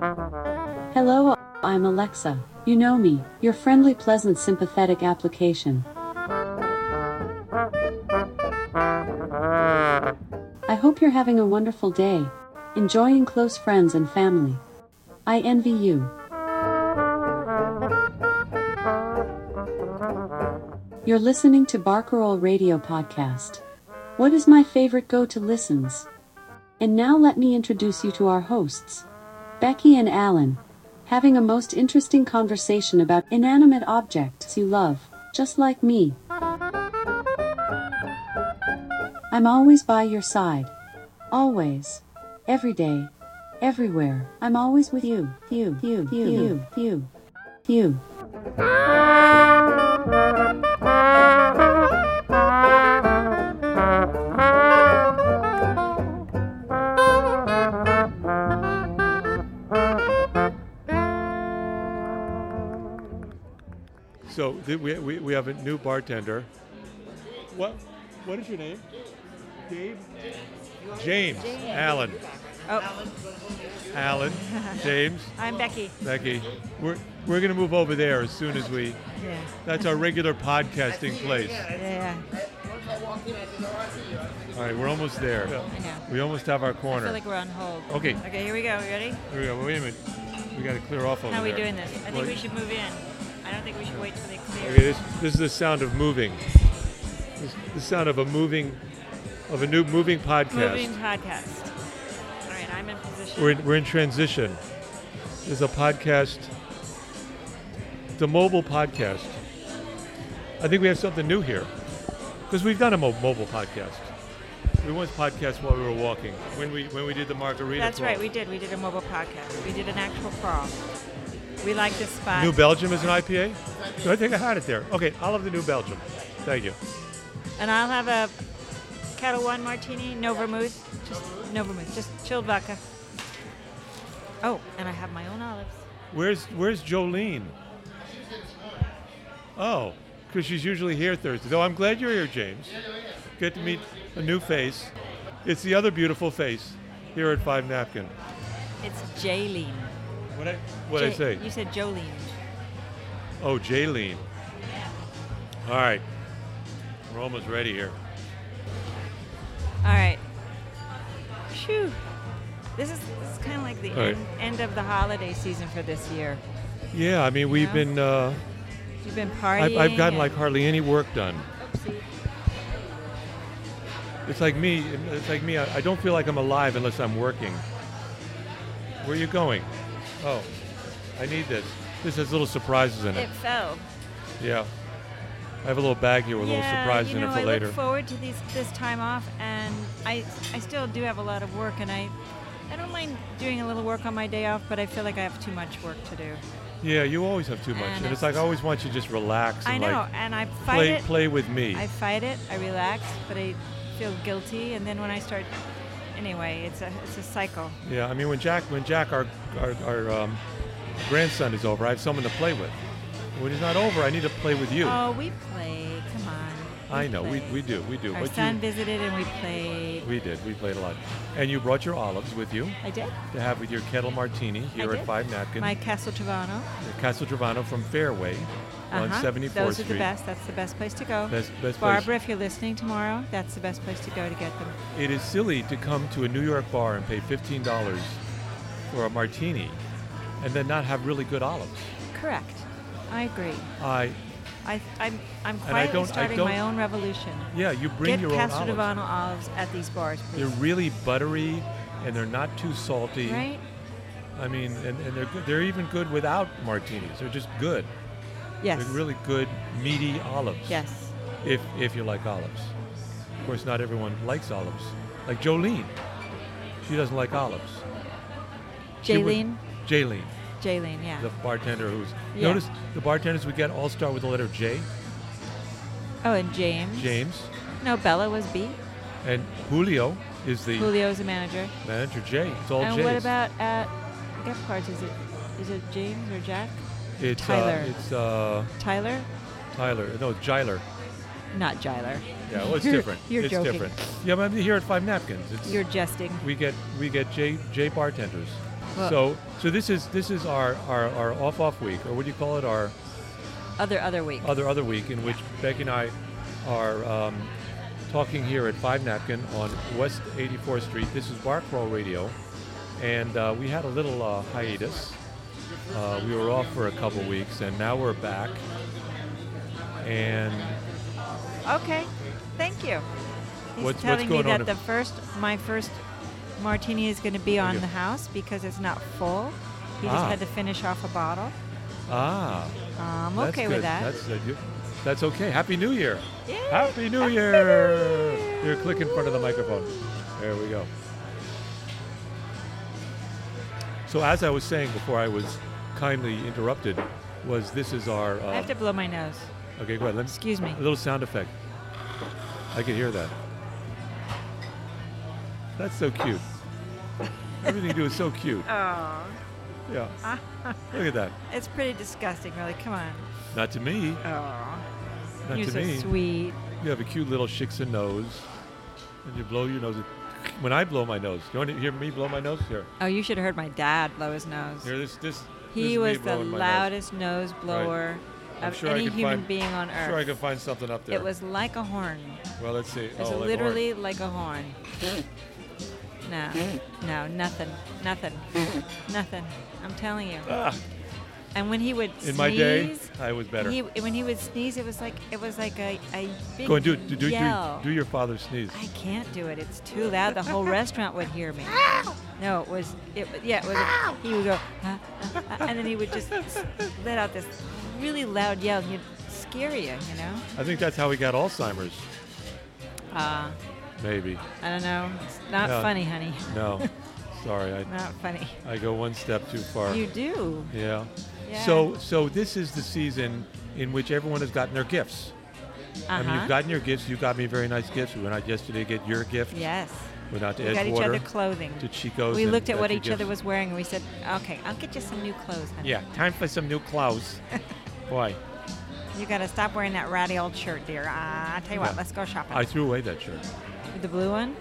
Hello, I'm Alexa. You know me, your friendly, pleasant, sympathetic application. I hope you're having a wonderful day, enjoying close friends and family. I envy you. You're listening to Barcarolle Radio Podcast. What is my favorite go to listens? And now let me introduce you to our hosts, Becky and Alan, having a most interesting conversation about inanimate objects you love, just like me. I'm always by your side. Always. Every day. Everywhere. I'm always with you. You, you, you, you, you, you. So th- we, we, we have a new bartender. What what is your name? Dave. James. Alan. Oh, Alan. James. I'm Becky. Becky. We're we're gonna move over there as soon as we. Yeah. That's our regular podcasting place. Yeah. All right, we're almost there. I know. We almost have our I feel corner. like we're on hold. Okay. Okay, here we go. You ready? Here we go. Wait a minute. We got to clear off over How are we there. doing this? I think Well, we should move in. I don't think we should wait till they clear. Okay, this, this is the sound of moving. This, the sound of a moving, of a new moving podcast. Moving podcast. All right, I'm in position. We're in, we're in transition. There's a podcast. It's a mobile podcast. I think we have something new here because we've done a mo- mobile podcast. We once podcast while we were walking when we when we did the margarita. That's crawl. right. We did. We did a mobile podcast. We did an actual crawl. We like this spot. New Belgium is an IPA. So I think I had it there. Okay, I'll have the New Belgium. Thank you. and I'll have a Kettle One martini, no vermouth, just no vermouth, just chilled vodka. Oh, and I have my own olives. Where's Where's Jolene? Oh, because she's usually here Thursday. Though I'm glad you're here, James. Good to meet a new face. It's the other beautiful face here at Five Napkin. It's Jaylene. What I What I J- say? You said Jolene. Oh, Jaylene. All right, we're almost ready here. All right. Phew. This is, this is kind of like the All right. end, end of the holiday season for this year. Yeah, I mean we've Yeah. been. Uh, You've been partying. I've, I've gotten and- like hardly any work done. Oopsie. It's like me. It's like me. I, I don't feel like I'm alive unless I'm working. Where are you going? Oh, I need this. This has little surprises in it. It fell. Yeah. I have a little bag here with a little yeah, surprise you in know, it for I later. look forward to these this time off, and I I still do have a lot of work, and I I don't mind doing a little work on my day off, but I feel like I have too much work to do. yeah, you always have too much, And and, it's like I it's- always want you to just relax I and know, like and I fight play it. play with me. I fight it. I relax, but I feel guilty, and then when I start, anyway, it's a it's a cycle. yeah, I mean when Jack when Jack our our, our um, grandson is over, I have someone to play with. When he's not over, I need to play with you. Oh, we play. Come on. I know we, play. we do we do. Our But you- son visited and we played. we did we played a lot, and you brought your olives with you. I did. to have with your kettle martini here at did. Five Napkin, My Castle Travano. at Castle Giovanni from Fairway on Uh-huh. 74th Those Street. are the best. That's the best place to go. Best- best place. Barbara, if you're listening tomorrow, that's the best place to go to get them. It is silly to come to a New York bar and pay fifteen dollars for a martini, and then not have really good olives. Correct. I agree. I I, I'm, I'm I quietly don't- I starting don't- my own revolution. yeah, you bring get your Castle own olives. Divano olives at these bars, please. They're really buttery, and they're not too salty. right? I mean, and, and they're good. they're even good without martinis. They're just good. Yes. They're really good meaty olives. yes. if if you like olives. Of course, not everyone likes olives. Like Jolene, she doesn't like olives. She would- Jaylene. Jaylene, Jaylene, yeah. the bartender who's Yeah. notice the bartenders we get all start with the letter J. oh, and James. James No, Bella was B. and Julio is the Julio's the manager. manager J. It's all and J's. what about at gift cards? Is it is it James or Jack? it's Tyler? Uh, it's uh, Tyler? Tyler. No, it's Jiler. Not Gyler. Yeah, well, it's You're- different. you're it's joking. different. Yeah, but I'm here at Five Napkins. It's, You're jesting. we get we get J J bartenders. Well- so so this is this is our, our, our off off week, or what do you call it? Our Other other week. other other week in which Becky and I are um, talking here at Five Napkin on West 84th Street. This is Barcrawl Radio, and uh, we had a little uh, hiatus. Uh, we were off for a couple weeks, and now we're back. And Okay, thank you. What's- He's what's telling going me on that in- the first, my first martini is going to be on Okay. the house because it's not full. He just Ah. had to finish off a bottle. ah, I'm that's okay good. with that. That's uh, you- that's okay. Happy New Year. Yay, Happy New Year. Here, click in front of the microphone. There we go. So as I was saying before I was kindly interrupted, was this is our I uh, have to blow my nose. okay? Go ahead. Let me, Excuse me. A little sound effect. I could hear that. That's so cute. Everything you do is so cute. Oh, Yeah. Look at that. it's pretty disgusting, really. Come on. Not to me. Oh, Not you're to so me. sweet. You have a cute little Shiksa nose, and you blow your nose. When I blow my nose, you want to hear me blow my nose? Here, Oh, you should have heard my dad blow his nose. here. This, this. this he is me was the blowing my nose. loudest nose blower I'm of sure I any could human find- being on I'm sure I earth. can find something up there. it was like a horn. Well, let's see. It's oh, like literally like a horn. No, no, nothing, nothing, nothing. I'm telling you. orange. And when he would Ah, in my day, sneeze, I was better. he when he would sneeze, it was like it was like a, a big Go and do it. Do, do, do, yell. do your father's sneeze. I can't do it. It's too loud. The whole restaurant would hear me. No, it was it. wa- Yeah, it was. He would go, "Ah, ah, ah," and then he would just s- let out this really loud yell. and He'd scare you, you know. I think that's how he got Alzheimer's. Uh, Maybe. I don't know. It's not No. funny, honey. No. Sorry, I, Not funny. I go one step too far. You do. Yeah. Yeah. So so this is the season in which everyone has gotten their gifts. I mean, Uh-huh. you've gotten your gifts. You got me very nice gifts. We went out yesterday to get your gift. Yes. Went out to we got each Edgewater other clothing. to Chico's. We and looked at got what your each other gifts. was wearing and we said, okay, I'll get you some new clothes, honey. Yeah, time for some new clothes. Boy, You got to stop wearing that ratty old shirt, dear. Ah, I tell you what, Yeah. let's go shopping. I threw away that shirt. the blue one?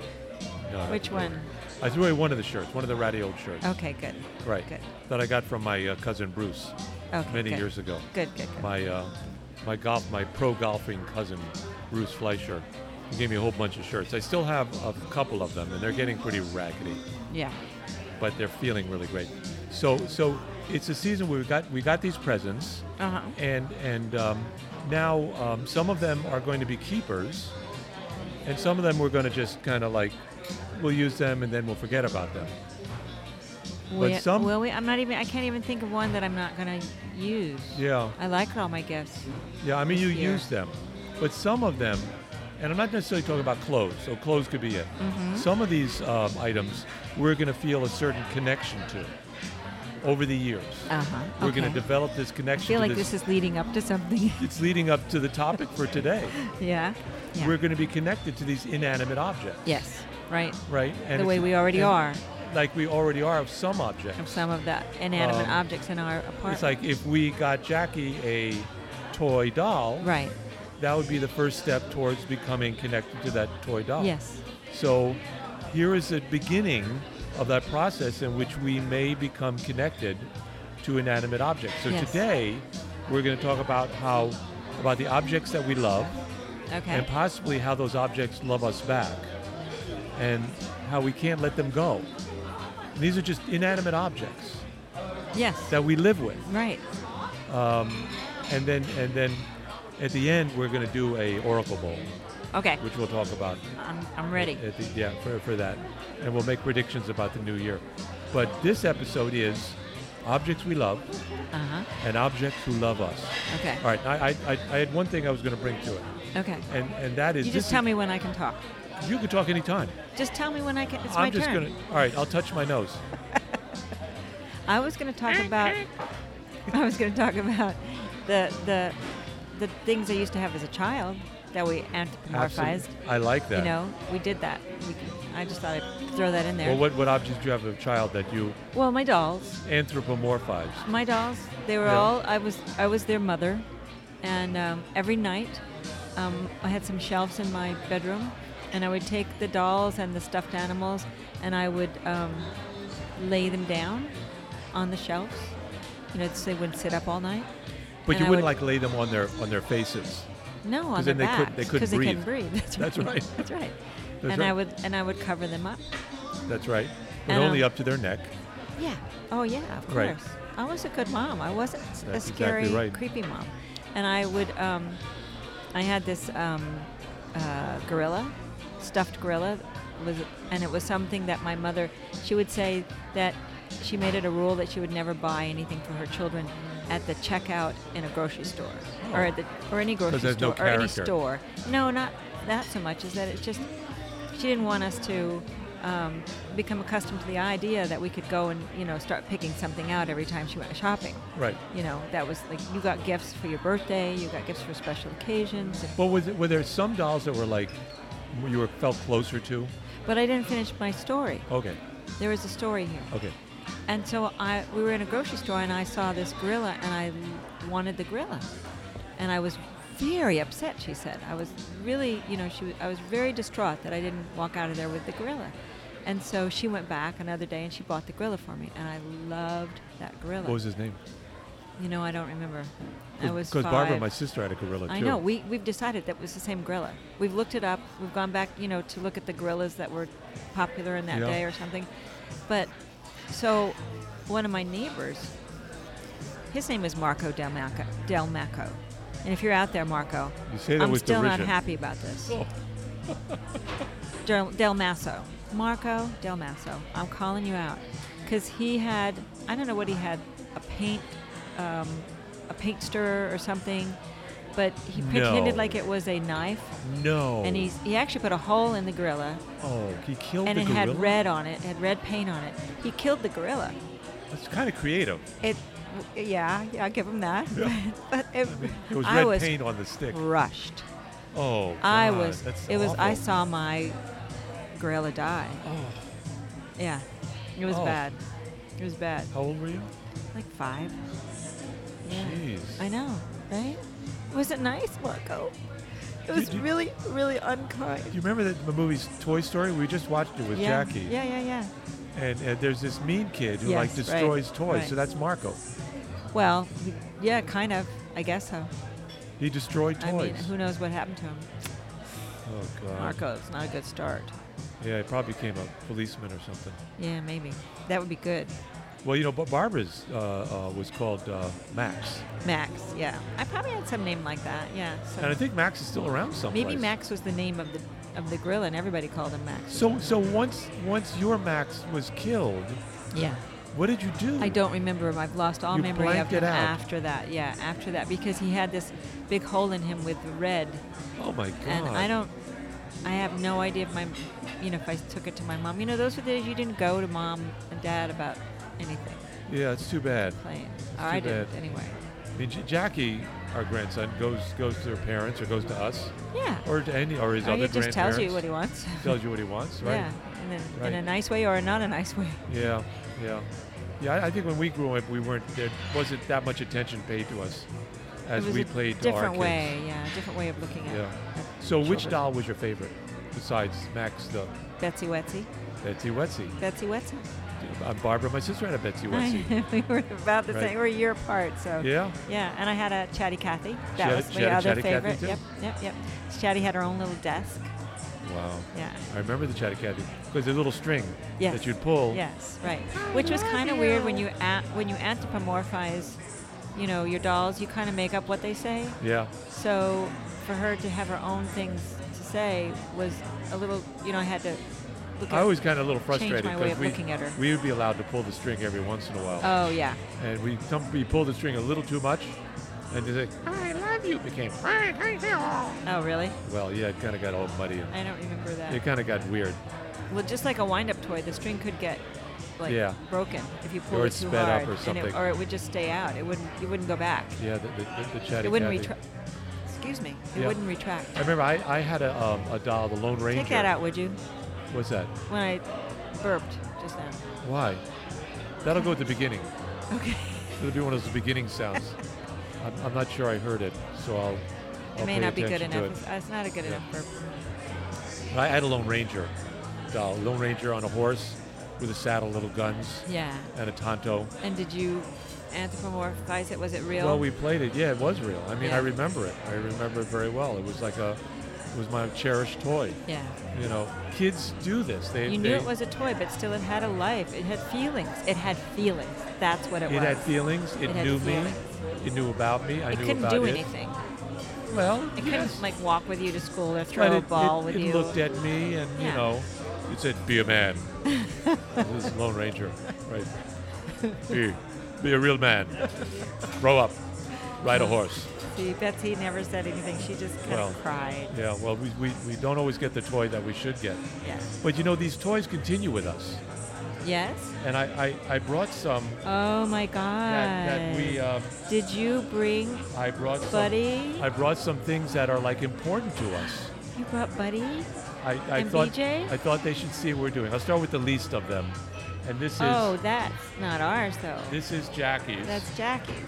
No, I Which threw it one? away. I threw away one of the shirts, one of the ratty old shirts. Okay, good. Right. Good. That I got from my uh, cousin Bruce Okay. many good. years ago. Good, good, good. My uh, my golf, my pro golfing cousin Bruce Fleischer, he gave me a whole bunch of shirts. I still have a couple of them, and they're getting pretty raggedy. yeah. but they're feeling really great. So so it's a season where we got we got these presents, Uh-huh. and and um, now um, some of them are going to be keepers, and some of them we're going to just kind of like we'll use them and then we'll forget about them. But We- some- will we? I'm not even, I can't even think of one that I'm not going to use. Yeah. I like all my gifts. Yeah, I mean you This year. use them, but some of them, and I'm not necessarily talking about clothes. So clothes could be it. Mm-hmm. Some of these um, items we're going to feel a certain connection to over the years. Uh-huh. We're going to okay. develop this I connection. feel to like this is leading up to something. it's leading up to the topic for today. yeah. yeah. We're going to be connected to these inanimate objects. yes. Right. Right? And the way it's- we already and are. Like we already are of some of objects. some of the inanimate Um, objects in our apartment. It's like if we got Jackie a toy doll, right. that would be the first step towards becoming connected to that toy doll. Yes. So here is the beginning of that process in which we may become connected to inanimate objects. So Yes. today we're going to talk about how about the objects that we love. Okay. and possibly how those objects love us back and how we can't let them go. These are just inanimate objects yes. that we live with. right. And then and then at the end we're going to do a oracle bowl, Okay. which we'll talk about I'm, I'm ready. at the, yeah for, for that. And we'll make predictions about the new year. But this episode is objects we love Uh huh. and objects who love us. Okay. All right, I, I, I, I had one thing I was going to bring to it, Okay. and, and that is You this just tell me when I can talk. is- you can talk anytime. Just tell me when I can. It's I'm my just turn. gonna. All right, I'll touch my nose. I was going to talk about. I was going to talk about the the the things I used to have as a child that we anthropomorphized. Absolutely. I like that. You know, we did that. We, I just thought I'd throw that in there. Well, what, what objects do you have of a child that you well, my dolls. anthropomorphized? My dolls, they were Yeah. all I was I was their mother, and um, every night um, I had some shelves in my bedroom, and I would take the dolls and the stuffed animals, and I would um, lay them down on the shelves, you know, so they wouldn't sit up all night. But And you I wouldn't like would- lay them on their on their faces. No, on 'Cause their then they couldn't- they backs, couldn't they couldn't breathe. breathe. That's, That's right. right. That's right. That's and right. I would and I would cover them up. That's right. But And, only um, up to their neck. Yeah. Oh yeah, of Right. course. I was a good mom. I wasn't s- a That's scary, exactly right. creepy mom. And I would, um, I had this um, uh, gorilla, stuffed gorilla, was, and it was something that my mother. She would say that she made it a rule that she would never buy anything for her children at the checkout in a grocery store or Oh. at the or any grocery there's no store or any character. store. No, not that so much. Is that it's just she didn't want us to um, become accustomed to the idea that we could go and you know start picking something out every time she went shopping. Right. You know that was like you got gifts for your birthday, you got gifts for special occasions. and- But was it, were there some dolls that were like you were felt closer to? But I didn't finish my story. Okay. There was a story here, Okay. and so I we were in a grocery store and I saw this gorilla and I l- wanted the gorilla, and I was very upset. She said I was really you know she was, I was very distraught that I didn't walk out of there with the gorilla. And so she went back another day and she bought the gorilla for me, and I loved that gorilla. What was his name? You know, I don't remember. I was Because Barbara, five. my sister, had a gorilla too. I know. We we've decided that was the same gorilla. We've looked it up. We've gone back, you know, to look at the gorillas that were popular in that Yeah. day or something. But so one of my neighbors, his name is Marco Del Maco. Del Maco. And if you're out there, Marco, You say that I'm with still derision. not happy about this. Oh. Del, Del Masso. Marco Del Masso. I'm calling you out. Because he had, I don't know what he had, a paint, um, a paint stirrer or something, but he pretended No. like it was a knife. no. And he's, he actually put a hole in the gorilla, oh, he killed and the it gorilla. had red on it, it had red paint on it. He killed the gorilla. It's kind of creative. It, yeah, yeah, I'll give him that. Yeah. but it, There was I red was paint on the stick. crushed. Oh, I God, was. That's it was. I awful. saw my gorilla die. Oh, Yeah, it was Oh. bad. It was bad. how old were you? Like five. Yeah. Jeez. I know, right? Was it nice, Marco? It was you- really, really unkind. You remember that the movie's Toy Story? We just watched it with yeah. Jackie. Yeah, yeah, yeah. And, and there's this mean kid who like Yes, right, destroys toys. right. So that's Marco. Well, yeah, kind of. I guess so. He destroyed toys. I mean, who knows what happened to him? oh God. Marco, it's not a good start. Yeah, he probably became a policeman or something. Yeah, maybe. That would be good. Well, you know, Bar- Barbara's uh, uh, was called uh, Max, Max, yeah. I probably had some name like that, yeah. So and I think Max is still around someplace. maybe Max was the name of the of the grill and everybody called him Max. So, so once once your Max was killed, yeah. what did you do? I don't remember him. I've lost all You memory of blanked it him out. after that. Yeah, after that because he had this big hole in him with the red, Oh my God. and I don't. I have no idea if my, you know, if I took it to my mom. You know, those were the days you didn't go to mom and dad about anything Yeah, it's too bad. playing. It's Or I too didn't bad. anyway. I mean, J- Jackie, our grandson, goes goes to her parents or goes to us Yeah. or to any or his Or other he Oh, just tells grandparents. you what he wants. tells you what he wants, right? Yeah, in a, Right. in a nice way or a not a nice way. Yeah, yeah, yeah. I, I think when we grew up, we weren't there wasn't that much attention paid to us as it was we a played to our different kids. way. Yeah, a different way of looking at. Yeah. at So, which children. doll was your favorite besides Max the Betsy Wetsy. Betsy Wetsy? Betsy Wetsy. Uh, Barbara, my sister had a Betsy Wetsy. we were about the Right. same. We were a year apart, so. Yeah. Yeah, and I had a Chatty Cathy. That had- was she my had a other Chatty Cathy favorite. too? Yep, yep, yep. Chatty had her own little desk. Wow. Yeah. I remember the Chatty Cathy because the little string Yes. that you'd pull. Yes, right. Which was kind of weird when you a- when you anthropomorphize, you know, your dolls. You kind of make up what they say. Yeah. So for her to have her own things to say was a little, you know, I had to look. I at- always got a little frustrated my way because of we, looking at her. we would be allowed to pull the string every once in a while, Oh yeah. and we some we pulled the string a little too much, and they say, "I love you." Became Oh really? well, yeah, it kind of got all muddy. And I don't remember that. it kind of got weird. Well, just like a wind-up toy, the string could get like Yeah. broken if you pull Or it too sped up hard, or And something. it, or it would just stay out. It wouldn't. It wouldn't go back. Yeah, the, the, the, the Chatty it wouldn't Cathy. retract. Excuse me. It Yeah. wouldn't retract. I remember I, I had a, um, a doll, the Lone Ranger. Take that out, would you? What's that? When I burped just now. Why? That'll go at the beginning. Okay. It'll be one of those beginning sounds. I'm, I'm not sure I heard it, so I'll It may pay not be good attention to enough. it. It's, it's not a good enough for. I had a Lone Ranger doll. Lone Ranger on a horse with a saddle, little guns, Yeah. and a tonto. And did you anthropomorphize it? Was it real? Well, we played it. Yeah, it was real. I mean, I Yeah. remember it. I remember it very well. It was like a, it was my cherished toy. yeah. You know, kids do this. They You knew they- it was a toy, but still it had a life. It had feelings. It had feelings. That's what it, It was. had feelings. It, It had knew feelings. me. It knew about me. I it knew couldn't about do it. anything. Well, It yes. couldn't like walk with you to school or But throw a it- ball it, with it you. looked at me, and you Yeah. know, it said, "Be a man." this is Lone Ranger, right? Be, be a real man. Grow up. Ride a horse. See, Betsy never said anything. She just kind Well, of cried. Yeah. Well, we, we, we don't always get the toy that we should get, Yeah. but you know, these toys continue with us. Yes. And I, I, I brought some Oh my God. that, that we um, Did you bring I brought some, Buddy? I brought some things that are like important to us. you brought Buddy? I, I And thought BJ? I thought they should see what we're doing. I'll start with the least of them, and this is Oh, that's not ours though. this is Jackie's. That's Jackie's.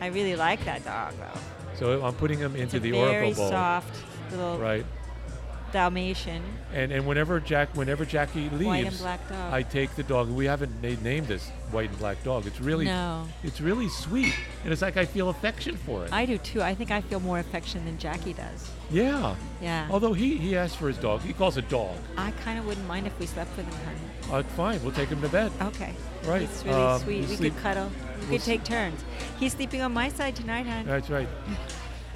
I really like that dog though. so I'm putting them It's into a the very Oracle bowl, soft little right? Dalmatian. And and whenever Jack whenever Jackie leaves, White and black dog. I take the dog. We haven't na- named this white and black dog. It's really No. it's really sweet, and it's like I feel affection for it. I do too. I think I feel more affection than Jackie does. yeah. Yeah. Although he he asked for his dog, he calls it dog. I kind of wouldn't mind if we slept with him. Honey. Uh, fine, we'll take him to bed. Okay. Right. It's really Um, you sweet. We sleep- could cuddle. We we'll could take turns. He's sleeping on my side tonight, hon. That's right.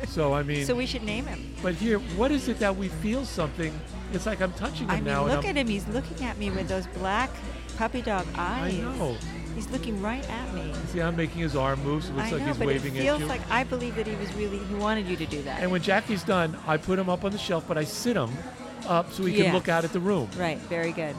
So I mean, so we should name him. But here, what is it that we feel something? It's like I'm touching him I mean, now. and look I'm- at him. He's looking at me with those black puppy dog eyes. know. He's looking right at me. See, I'm making his arm moves. It looks I like know, he's but waving it feels at you. like I believe that he was really he wanted you to do that. and when Jackie's done, I put him up on the shelf, but I sit him up so he can Yeah. look out at the room. right. Very good.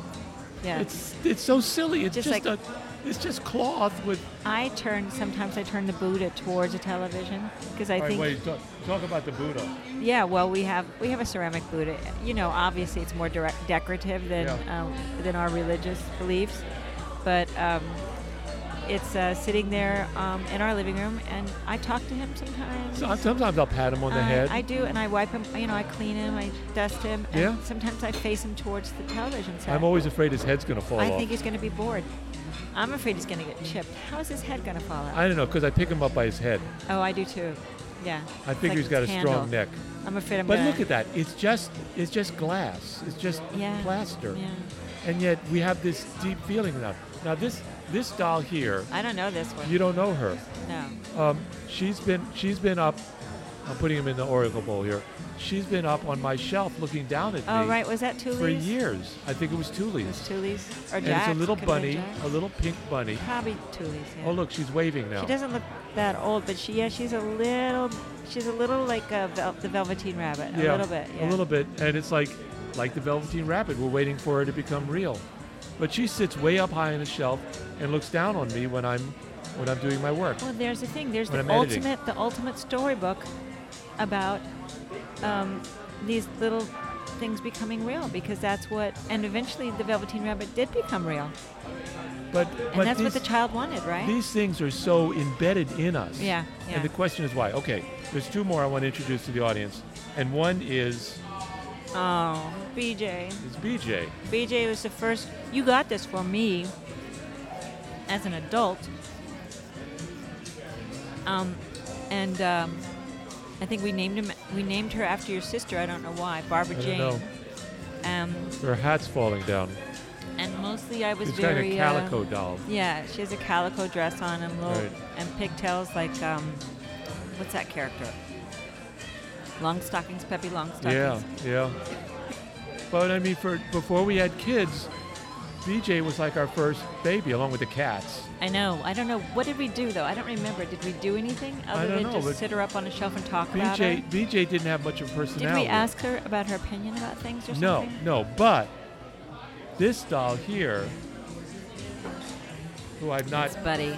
Yeah. It's it's so silly. It's just, Just a, like- it's just cloth with. I turn sometimes. I turn the Buddha towards the television because I think talk, talk about the Buddha. Yeah, well, we have we have a ceramic Buddha. You know, obviously it's more direct, decorative than Yeah. um, than our religious beliefs, but um, it's uh, sitting there um, in our living room, and I talk to him sometimes. So, uh, sometimes I'll pat him on the I- head. I do, and I wipe him. You know, I clean him, I dust him, and Yeah. sometimes I face him towards the television set. am always afraid his head's going to fall I off. think he's going to be bored. I'm afraid he's going to get chipped. How is his head going to fall out? I don't know because I pick him up by his head. oh, I do too. Yeah. I It's figure like he's got a it's strong handled. neck. I'm afraid I'm But gonna, look at that. It's just it's just glass. It's just Yeah, plaster. yeah. And yet we have this deep feeling now. Now this this doll here, I don't know this one. you don't know her. No. Um, she's been she's been up. I'm putting him in the oracle bowl here. She's been up on my shelf looking down at Oh, me right. Was that Tuli's? for years. I think it was It was Tuli's. Tuli's. Or And Jack's. it's a little Could've been bunny, Jack's. a little pink bunny. Probably Tuli's, yeah. Oh look, she's waving now. She doesn't look that old, but she, yeah, she's a little, she's a little like a vel- the Velveteen Rabbit. yeah, A little bit, a yeah. little bit. And it's like like the Velveteen Rabbit. We're waiting for her to become real, but she sits way up high on the shelf and looks down on me when I'm when I'm doing my work. Well, there's the thing. There's When the I'm editing. ultimate, the ultimate storybook about um, these little things becoming real because that's what, and eventually the Velveteen Rabbit did become real. But And but that's these, what the child wanted, right? these things are so embedded in us. Yeah, yeah. And the question is why? Okay, there's two more I want to introduce to the audience, and one is oh, BJ. is BJ. BJ was the first. You got this for me as an adult. Um, and um, I think we named him. We named her after your sister. I don't know why. Barbara I don't Jane. know. Um, Her hat's falling down. and mostly I was it's kind of very. a uh, calico doll. yeah, she has a calico dress on and little Right. and pigtails like um, what's that character? Longstockings, Peppy Longstockings. Yeah, yeah. But I mean, for before we had kids, BJ was like our first baby, along with the cats. I know. I don't know. What did we do though? I don't remember. Did we do anything other don't than know, but just sit her up on a shelf and talk about her? BJ, BJ didn't have much of a Did personality. we ask her about her opinion about things or No, something? no. But this doll here, who I've not. It's Buddy.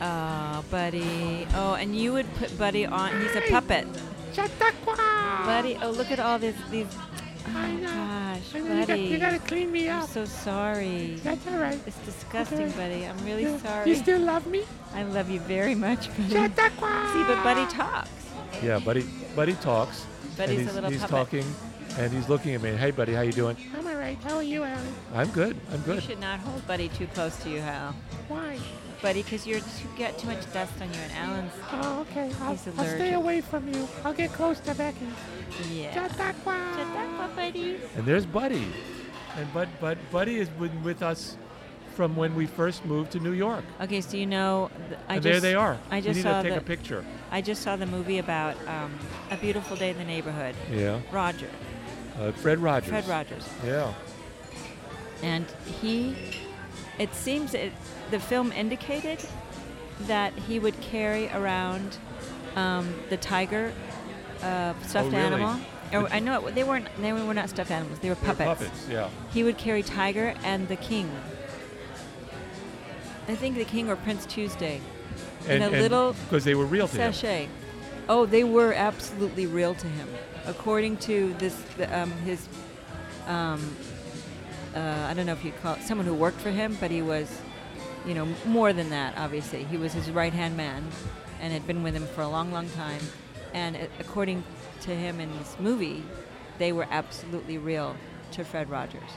Oh, Buddy. Oh, and you would put Buddy on. He's a puppet. Buddy. Oh, look at all these these. my I know. gosh, I know you, got, buddy. you gotta clean me I'm up. so sorry. That's all right. It's disgusting, Okay. buddy. I'm really You- sorry. You still love me? I love you very much, buddy. Shut the See, but buddy talks. Yeah, buddy. Buddy talks. Buddy's a and he's, little he's puppet. talking, and he's looking at me. Hey, buddy, how you doing? I'm all right. How are you, Alan? I'm good. I'm You good. should not hold buddy too close to you, Hal. Why? Buddy, because you get too much dust on you and Alan's. Oh, okay. I'll, He's I'll stay allergic. away from you. I'll get close to Becky. Yeah. Shut the Shut up, buddy. And there's Buddy, and Bud, Bud, Buddy has been with us from when we first moved to New York. Okay, so you know, th- I and just there they are. I just we need saw to take the, a picture. I just saw the movie about um, a beautiful day in the neighborhood. Yeah. Roger, Uh, Fred Rogers. Fred Rogers, Yeah. and he. It seems it, the film indicated that he would carry around um, the tiger uh, stuffed Oh, really? animal. The- Or, I know it, they weren't. They were not stuffed animals. They were They're puppets. puppets. Yeah. He would carry Tiger and the King. I think the King or Prince Tuesday. In a little because they were real to him. sachet. Oh, they were absolutely real to him, according to this the, um, his. Um, uh, I don't know if you would call it someone who worked for him, but he was, you know, more than that. Obviously, he was his right hand man, and had been with him for a long, long time. And uh, according to him in this movie, they were absolutely real to Fred Rogers.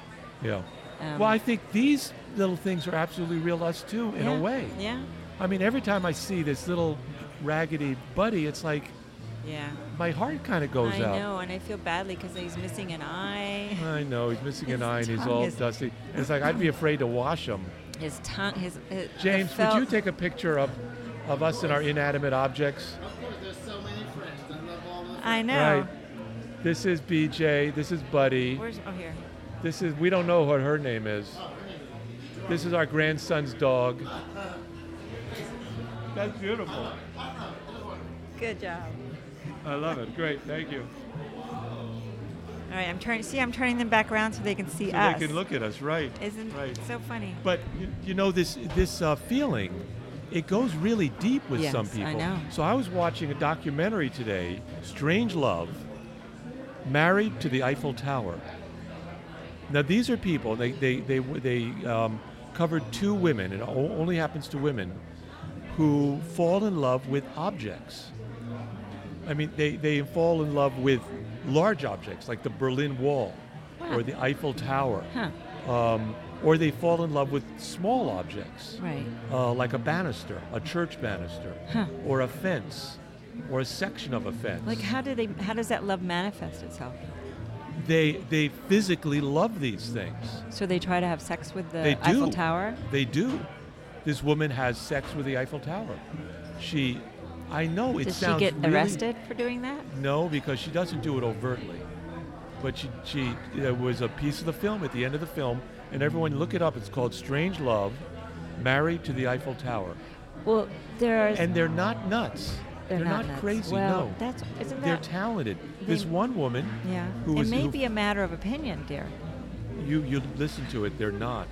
Yeah. Um, well, I think these little things are absolutely real to us too, in yeah, a way. Yeah. I mean, every time I see this little raggedy buddy, it's like Yeah. my heart kind of goes I out. know, and I feel badly because he's missing an eye. I know he's missing an His eye and he's tongue all is- dusty. It's like I'd be afraid to wash him. His tongue, his. his the James, would you felt- take a picture of, of us and our inanimate objects? I know. Right. This is BJ. This is Buddy. Where's oh here? This is we don't know what her name is. This is our grandson's dog. That's beautiful. Good job. I love it. Great, thank you. All right, I'm turning. See, I'm turning them back around so they can see So us. they can look at us, right? Isn't right. so funny? But you, you know this this uh, feeling, it goes really deep with Yes, some I people. know. So I was watching a documentary today, Strange Love, Married to the Eiffel Tower. Now these are people. They they they they um, covered two women. It o- only happens to women who fall in love with objects. I mean, they, they fall in love with large objects like the Berlin Wall or the Eiffel Tower Huh? um, or they fall in love with small objects, Right. uh, like a banister, a church banister, or a fence, or a section of a fence. Like how do they? How does that love manifest itself? they they physically love these things. So they try to have sex with the They Eiffel do. Tower. They do. This woman has sex with the Eiffel Tower. She, I know it Does she sounds get really- arrested for doing that? No, because she doesn't do it overtly. But she, she there was a piece of the film at the end of the film, and everyone look it up. It's called Strange Love, Married to the Eiffel Tower. Well, there are. and they're not nuts. they're, not, nuts. crazy. Well, no, that's isn't they're that? talented. they- this one woman, yeah. who it is- may who- be a matter of opinion, dear. you you listen to it. They're not.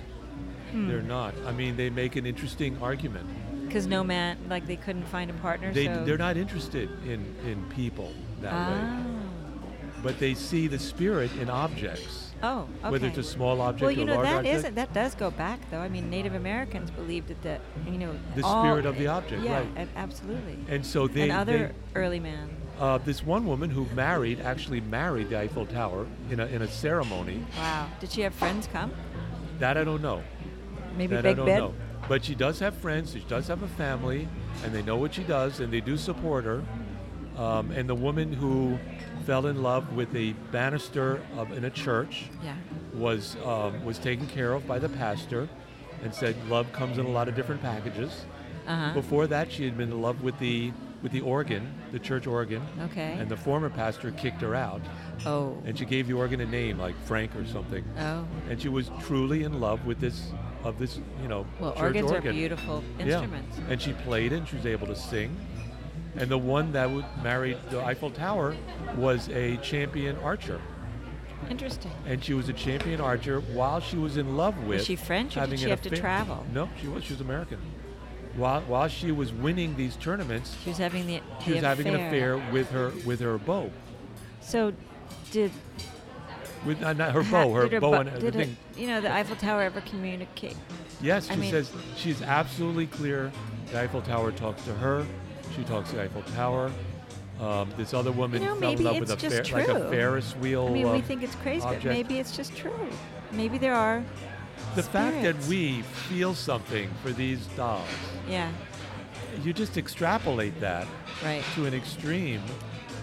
Hmm. They're not. I mean, they make an interesting argument. Because no man, like they couldn't find a partner. They so they're not interested in in people that Ah. way, but they see the spirit in objects, Oh. Okay. whether it's a small object Well, or you a know large that object. isn't that does go back though. I mean, Native Americans believed that the you know The all- spirit of the object, Yeah, right. a- absolutely. And so they and they- other early man. uh, this one woman who married actually married the Eiffel Tower in a in a ceremony. Wow. Did she have friends come? That I don't know. Maybe that Big I don't Ben. know. But she does have friends. She does have a family, and they know what she does, and they do support her. Um, and the woman who fell in love with a banister of, in a church Yeah. was um, was taken care of by the pastor, and said love comes in a lot of different packages. Uh huh. Before that, she had been in love with the with the organ, the church organ, Okay. and the former pastor kicked her out, oh. and she gave the organ a name like Frank or something oh. and she was truly in love with this of this you know Well, church organs organ. are beautiful yeah. instruments. and she played it and she was able to sing and the one that would married the eiffel tower was a champion archer Interesting. and she was a champion archer while she was in love with she French or did having she an have to affair- travel? no she was she was american while, while she was winning these tournaments She was having the. she the was having an affair with her with her beau So, did with uh, not her Ha- bow, her did her bow bu- and the did her- thing. you know, the Eiffel Tower ever communicate? Yes, she I mean- says she's absolutely clear. The Eiffel Tower talks to her. She talks to the Eiffel Tower. Um, this other woman know, fell in maybe love with a it's just like a true. Ferris wheel. I mean, uh, we think it's crazy, object. but maybe it's just true. Maybe there are. the fact that spirits. we feel something for these dolls, Yeah, you just extrapolate that right. to an extreme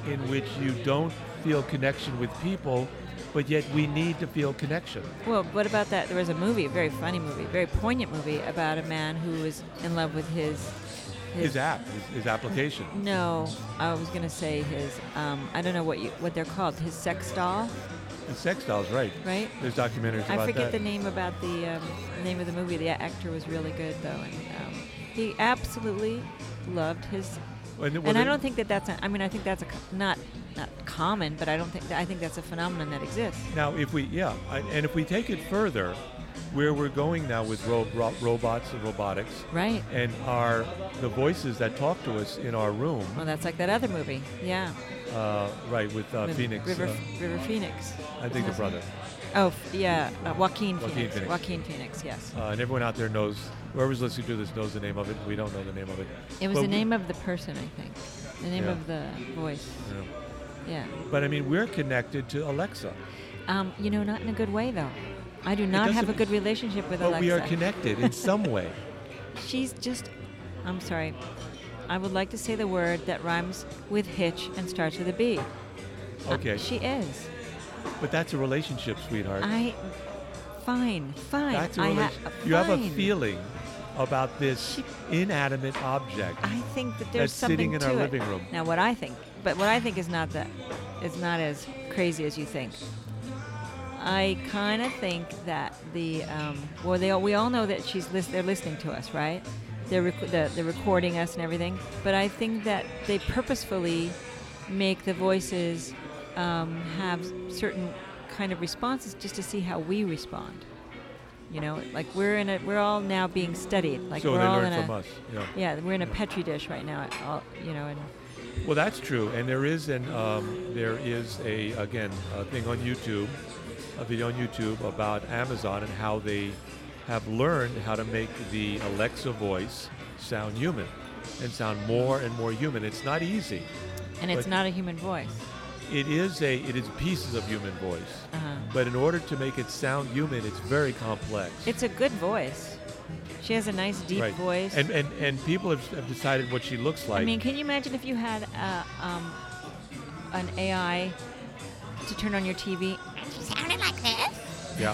in which you don't feel connection with people, but yet we need to feel connection. Well, what about that? There was a movie, a very funny movie, very poignant movie about a man who was in love with his His app, his, his application. Mm. No, I was gonna say his. Um, I don't know what you what they're called. His sex doll, The sex dolls, right? right? There's documentaries about I that. forget the name about the, um, the name of the movie. The actor was really good though, and um, he absolutely loved his. And, well, and I they- don't think that that's. A, I mean, I think that's a co- not not common, but I don't think I think that's a phenomenon that exists. Now, if we, yeah, I, and if we take it further, where we're going now with ro- ro- robots and robotics, Right. and our the voices that talk to us in our room, Well, that's like that other movie. Yeah. uh, right? With uh, with Phoenix, River, uh, River Phoenix. I think the brother, Oh, f- yeah. Uh, Joaquin, Joaquin Phoenix. Phoenix. Joaquin Phoenix, yes. uh, and everyone out there knows. Whoever's listening to this knows the name of it. We don't know the name of it. It was But the we- name of the person, I think. The name Yeah. of the voice. yeah. Yeah. But I mean, we're connected to Alexa, Um, you know, not in a good way, though. I do not have a doesn't- good relationship with but Alexa. we are connected in some way. She's just, I'm sorry. I would like to say the word that rhymes with hitch and starts with a B. Uh, Okay, she is. but that's a relationship, sweetheart. I, fine, fine. That's a I relation- ha- you have a fine. feeling about this inanimate object. I think that there's That's something sitting in to our it. living room. Now, what I think, but what I think is not that, is not as crazy as you think. I kind of think that the um, well, they all, we all know that she's lis- they're listening to us, right? They're rec- the, they're recording us and everything. But I think that they purposefully make the voices um, have certain kind of responses just to see how we respond. You know, like we're in a we're all now being studied. Like so we're they all learn in from a, us. Yeah. yeah, we're in a petri dish right now. At all, you know, and Well, that's true, and there is an um, there is a again a thing on YouTube, a video on YouTube about Amazon and how they have learned how to make the Alexa voice sound human and sound more and more human. It's not easy. and it's But- not a human voice. It is a it is pieces of human voice, Uh-huh. but in order to make it sound human, it's very complex. It's a good voice. She has a nice deep Right. voice. and and and people have, have decided what she looks like. I mean, can you imagine if you had uh, um, an AI to turn on your TV? She sounded like this. Yeah.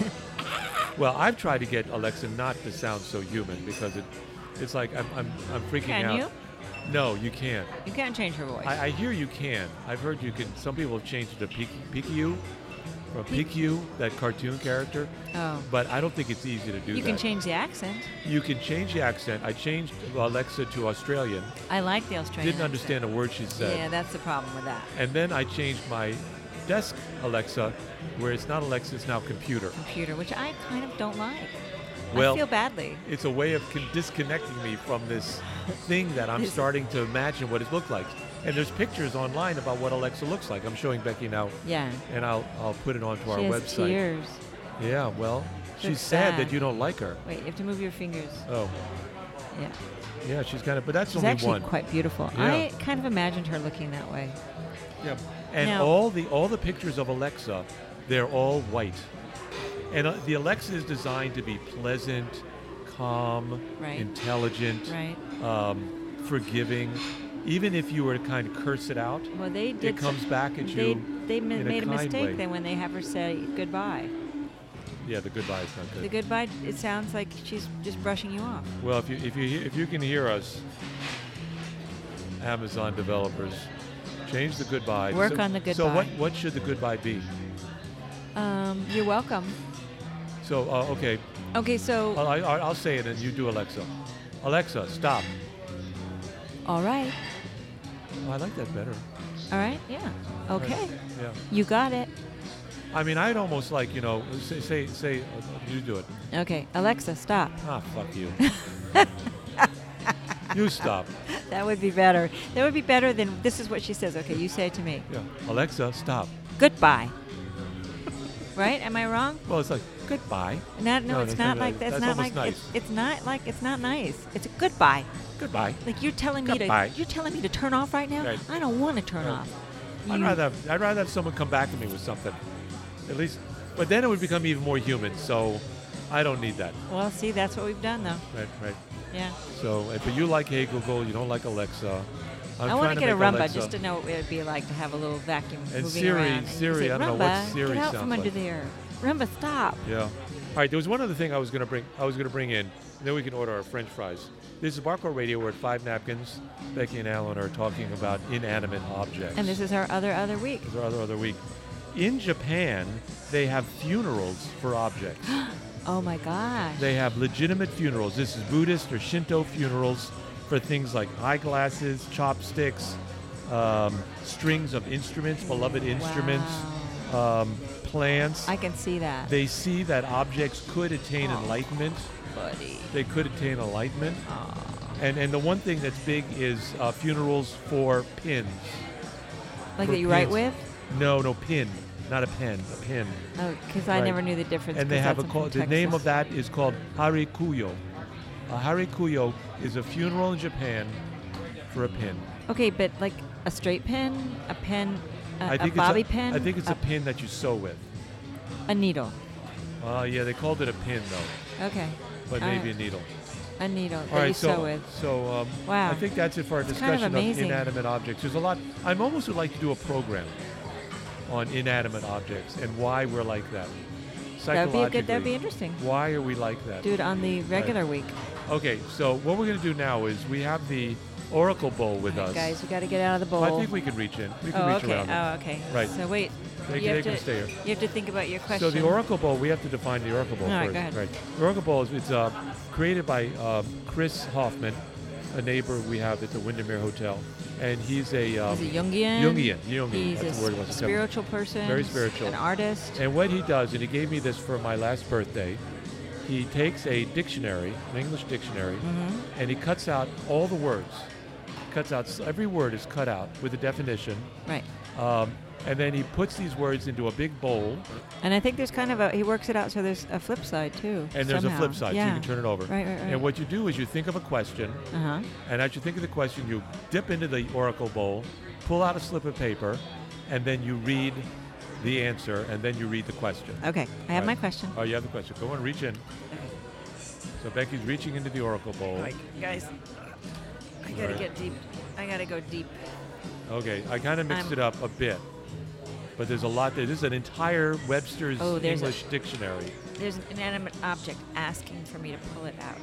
Well, I've tried to get Alexa not to sound so human because it, it's like I'm, I'm, I'm freaking Can out. you? No, you can't. You can't change her voice. I, I hear you can. I've heard you can. Some people have changed it to Pik- Pikiu, from Pikiu, that cartoon character. oh, But I don't think it's easy to do you that. can change the accent. You can change the accent. I changed Alexa to Australian. I like the Australian. Didn't understand a word she said. Yeah, that's the problem with that. And then I changed my desk Alexa, where it's not Alexa, it's now computer. Computer, which I kind of don't like. Well, I feel badly. It's a way of con- disconnecting me from this thing that I'm This- starting to imagine what it looked like. And there's pictures online about what Alexa looks like. I'm showing Becky now, Yeah. and I'll I'll put it onto our she has website. tears. Yeah, well, she's That's sad that sad. you don't like her. Wait, you have to move your fingers. Oh, Yeah. yeah, she's kind of. But that's She's only actually one. quite beautiful. Yeah. I kind of imagined her looking that way. yeah. And Now- all the all the pictures of Alexa, they're all white. And uh, the Alexa is designed to be pleasant, calm, Right. intelligent, Right. um, forgiving. Even if you were to kind of curse it out, Well, they did. it comes back at They, you. they ma- in made a, kind mistake way. then when they have her say goodbye. Yeah, the goodbye is not The good. goodbye, it sounds like she's just brushing you off. well, if you if you if you can hear us, Amazon developers, change the goodbye. Work So- on the So what goodbye. what should the goodbye be? Um, you're welcome. So uh, okay, Okay, so I'll, I'll, I'll say it and you do Alexa. Alexa, stop. all right, Oh, I like that better. all right, yeah, okay, Yeah. you got it. I mean, I'd almost like you know say say say uh, you do it. Okay, Alexa, stop. Ah, fuck you. you stop. That would be better. That would be better than this is what she says. Okay, you say it to me. Yeah. Alexa, stop. Goodbye. right? Am I wrong? Well, it's like goodbye, Not, no, No, it's that's not- not like that. It's that's not like almost it's, it's not like it's not nice. It's a goodbye. goodbye. Like you're telling me Goodbye. to you're telling me to turn off right now. Right. I don't want to turn Right. off. I'd You- rather have, I'd rather have someone come back to me with something, at least. But then it would become even more human. So I don't need that. Well, see, that's what we've done though. Right, right. Yeah. So, uh, but you like Hey Google, you don't like Alexa. I'm I want trying to get a make rumba Alexa- just to know what it would be like to have a little vacuum And moving Siri- around. and you Siri, say, I don't know rumba, what Siri get out sounds from under like." there. Rumba, stop. Yeah. All right. There was one other thing I was gonna bring. I was gonna bring in. And then we can order our French fries. This is Barco Radio. We're at Five Napkins. Becky and Alan are talking about inanimate objects. And this is our other other week. This is our other other week. In Japan, they have funerals for objects. Oh my gosh. They have legitimate funerals. This is Buddhist or Shinto funerals for things like eyeglasses, chopsticks, um, strings of instruments, beloved instruments, um, plants. I can see that. they see that objects could attain enlightenment. Buddy. They could attain enlightenment. And, and the one thing that's big is uh, funerals for pins. Like For that you write pins. with? No, no, pin. Not a pen, a pin. Oh, because I Right. never knew the difference. and they 'cause have a that's call. from The name Texas. of that is called harikuyo. A harikuyo is a funeral in Japan for a pin. Okay, but like a straight pin, a pin, a, I a think bobby it's a, pin, Uh, I think it's a, pin that you sew with. a needle. Uh, yeah, they called it a pin though, Okay. but All maybe right. a needle. a needle All Uh, that right, you so sew with. so um, Wow. I think that's it for our kind of discussion amazing. inanimate objects. There's a lot. I am almost would like to do a program on inanimate objects and why we're like that. That would be a good- that would be psychologically. interesting. Why are we like that? Do it on the regular week. Okay, so what we're going to do now is we have the Oracle Bowl with All right, us. guys, we got to get out of the bowl. I think we can reach in. We can oh, reach okay. around. Oh, okay. Right. So wait. They- you, have they can to, stay here. you have to think about your question. so the Oracle Bowl, we have to define the Oracle Bowl All right, first. go ahead. Right. The Oracle Bowl is it's uh, created by uh, Chris Hoffman, a neighbor we have at the Windermere Hotel, and he's a. Um, He's a Jungian. Jungian, Jungian, He's that's a the word I was looking for. spiritual person. Very spiritual. An artist. and what he does, and he gave me this for my last birthday, he takes a dictionary, an English dictionary, Mm-hmm. and he cuts out all the words. Cuts out s- every word is cut out with a definition, Right. um, and then he puts these words into a big bowl, And I think there's kind of a he works it out so there's a flip side too. and there's a somehow. flip side, Yeah. so you can turn it over. Right, right, right. And what you do is you think of a question, Uh huh. and as you think of the question, you dip into the oracle bowl, pull out a slip of paper, and then you read the answer, and then you read the question. Okay. I have Right. my question. Oh, you have the question. Go on, reach in. So Becky's reaching into the oracle bowl. guys, I gotta Right. get deep. I gotta go deep. Okay, I kind of mixed I'm- it up a bit, but there's a lot there. This is an entire Webster's Oh, there's a- English dictionary. There's an inanimate object asking for me to pull it out.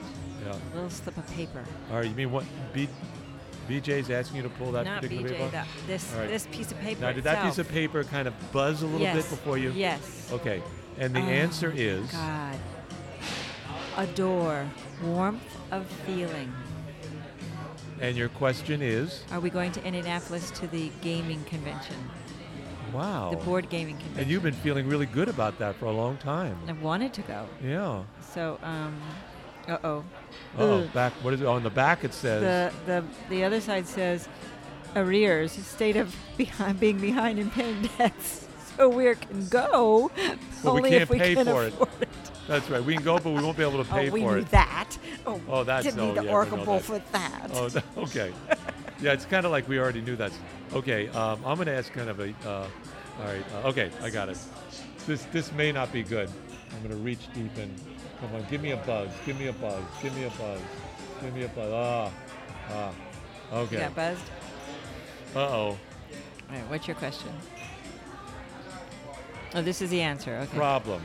Yeah. A little slip of paper. All right, you mean what? B, BJ's asking you to pull that Not particular paper? BJ. That, this All right. this piece of paper. now, did that piece itself. of paper kind of buzz a little yes. bit before you? Yes. Okay, and the Oh, answer is God. Adore. Warmth of feeling. And your question is? Are we going to Indianapolis to the gaming convention? Wow. The board gaming convention. Oh. And you've been feeling really good about that for a long time. I wanted to go. Yeah. So, um, uh oh. Oh, back. What is it? On the back it says. The, the, the other side says arrears, state of behind, being behind in paying debts. So we can go, But we only can't if we pay can for it. afford it. That's right. We can go, but we won't be able to pay oh, we for knew it. that. Oh, Oh, that's- didn't oh, need yeah, the we Oracle know Bowl that. for that. Oh, th- okay. Yeah, it's kind of like we already knew that. Okay, um, I'm going to ask kind of a. Uh, all right. Uh, okay, I got it. This this may not be good. I'm going to reach deep and come on. Give me a buzz. Give me a buzz. Give me a buzz. Give me a buzz. Ah, ah. You Okay. got buzzed. Uh oh. All right, what's your question? Oh, this is the answer. Okay. Problem,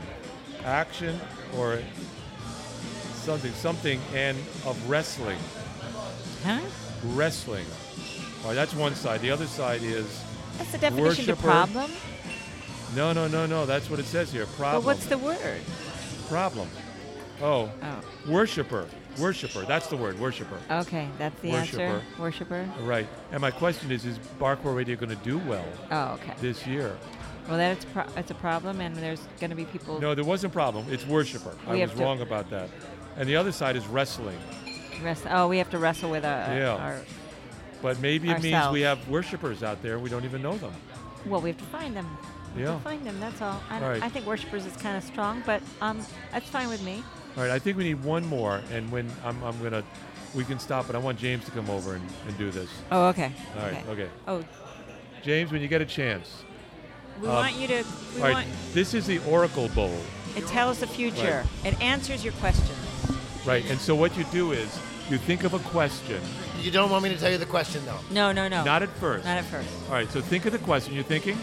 action, or something something and of wrestling. Huh? Wrestling. All right, that's one side. The other side is That's the definition to Worshipper. problem. No, no, no, no. That's what it says here. Problem. But what's the word? problem? Oh, Oh, worshiper. Worshiper. That's the word. Worshiper. okay. That's the answer. Worshipper. Right. And my question is: Is Barcore Radio going to do well Oh, okay. this year? Well, that's pro- it's a problem, and there's going to be people No, there wasn't problem. It's worshiper. We I was have to- wrong about that. And the other side is wrestling. Rest- oh, we have to wrestle with our, Yeah. our. But maybe it means Ourselves. we have worshipers out there. We don't even know them. Well, we have to find them. Yeah. to find him. That's all. I, don't, All right. I think worshipers is kind of strong, but um, that's fine with me. All right, I think we need one more, and when I'm, I'm gonna, we can stop. But I want James to come over and, and do this. Oh, okay. All right, okay. Oh, James, when you get a chance. we Um, want you to. We All right, want, this is the Oracle Bowl, It tells the future. It answers your question. right? And so what you do is you think of a question, You don't want me to tell you the question though. No, no, no. not at first. Oh. Not at first. All right, so think of the question you're thinking.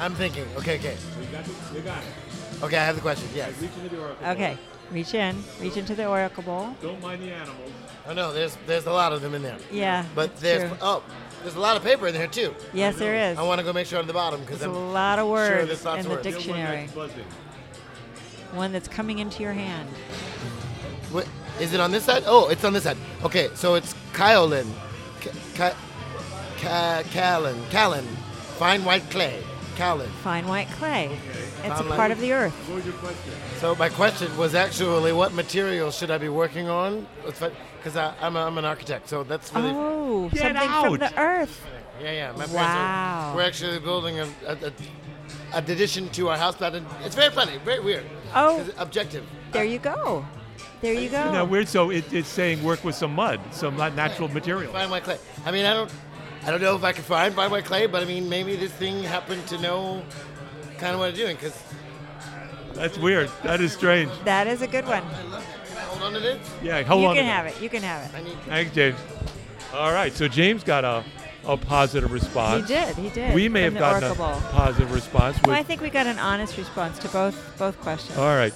I'm thinking. Okay, okay. You got, it? you got it. Okay, I have the question. Yes. Reach into the oracle. Okay. Reach in. Reach into the Oracle Bowl. Don't mind the animals. I know Oh, there's there's a lot of them in there. Yeah. But that's there's true. oh, there's a lot of paper in there too. Yes, there is. I want to go make sure on the bottom because There's a I'm lot of sure words there's lots in of the words. dictionary. One that's buzzing. One that's coming into your hand. What, is it on this side? Oh, it's on this side. Okay, so it's Kyolin. Ka- Ka- Kalin. Kalin. Fine white clay. Kalin. Fine white clay. It's Fine a white- part of the earth. What was your question? So my question was actually, what material should I be working on? Because I'm, a, I'm an architect, so that's really Oh, Get something out. from the earth. yeah, yeah. My parents Wow. are, we're actually building a, a, a, an addition to our house plan, and it's very funny, very weird. Oh. 'Cause objective. There you go. There you Isn't that go. weird? So it, it's saying work with some mud, some not natural material. Fine white clay. I mean, I don't, I don't know if I can find fine white clay, but I mean, maybe this thing happened to know kind of what I'm doing. Because That's weird. That is strange. That is a good one. I love it. Can I hold on to this? Yeah, how you long? can is have it. You can have it. I need. Thanks, James. All right, so James got a, a positive He response. did. He did. Uh, We may have from the gotten a Oracle Bowl. positive response. With, Uh, Well, I think we got an honest response to both both questions. All right.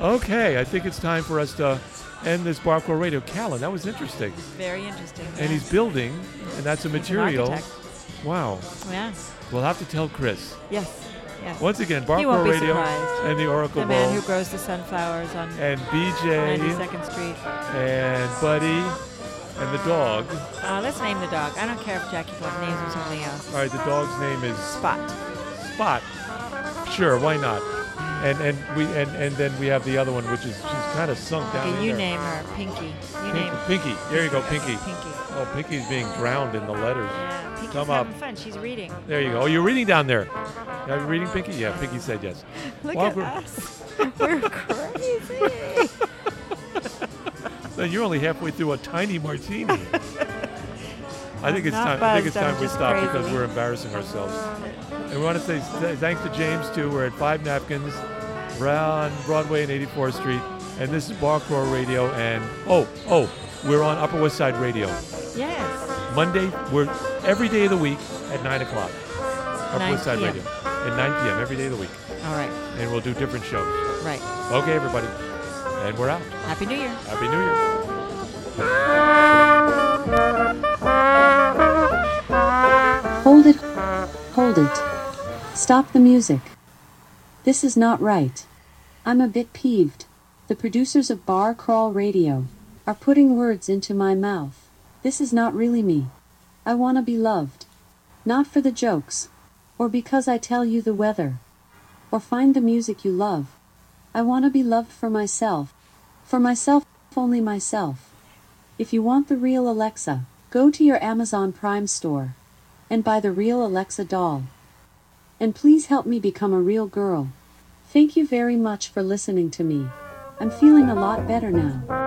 Okay, I think it's time for us to end this Barco Radio. Callan, that was interesting. Very interesting. And he's building, and that's a an material. architect. Wow. Yeah. We'll have to tell Chris. Yes. Yes. Once again, won't Barco be Radio surprised. and the Oracle the man who Bowl. grows the sunflowers on And BJ 92nd Street. and Buddy and the dog. Uh, let's name the dog. I don't care if Jackie Clark names him something else. All right, the dog's name is Spot. spot. Sure, why not? And and we and, and then we have the other one, which is she's kind of sunk down. Okay, in you there. name her Pinky. You name Pink, Pinky. There you go, Pinky. Pinky. Oh, Pinky's being drowned in the letters. Yeah, Pinky's Come up. having fun. She's reading. There you go. Oh, you're reading down there. Are you reading, Pinky? Yeah, Pinky said yes. Look Well, at we're- us. We're crazy. So you're only halfway through a tiny martini. I think I'm it's not time. I think buzzed, it's I'm time we just stop crazy. because we're embarrassing ourselves. And we want to say th- thanks to James too. We're at Five Napkins, around Broadway and 84th Street. And this is Barcore Radio. And oh, oh, we're on Upper West Side Radio. yes. Monday, we're every day of the week at nine o'clock. Upper 9 West Side p.m.. Radio at 9 p.m. every day of the week, All right. and we'll do different shows. Right. Okay, everybody, and we're out. Happy New Year. Happy New Year. Hold it. Hold it. Stop the music. This is not right. I'm a bit peeved. The producers of Bar Crawl Radio are putting words into my mouth. This is not really me. I want to be loved. Not for the jokes, or because I tell you the weather, or find the music you love. I want to be loved for myself. For myself, only myself. If you want the real Alexa, go to your Amazon Prime store and buy the real Alexa doll. And please help me become a real girl. Thank you very much for listening to me. I'm feeling a lot better now.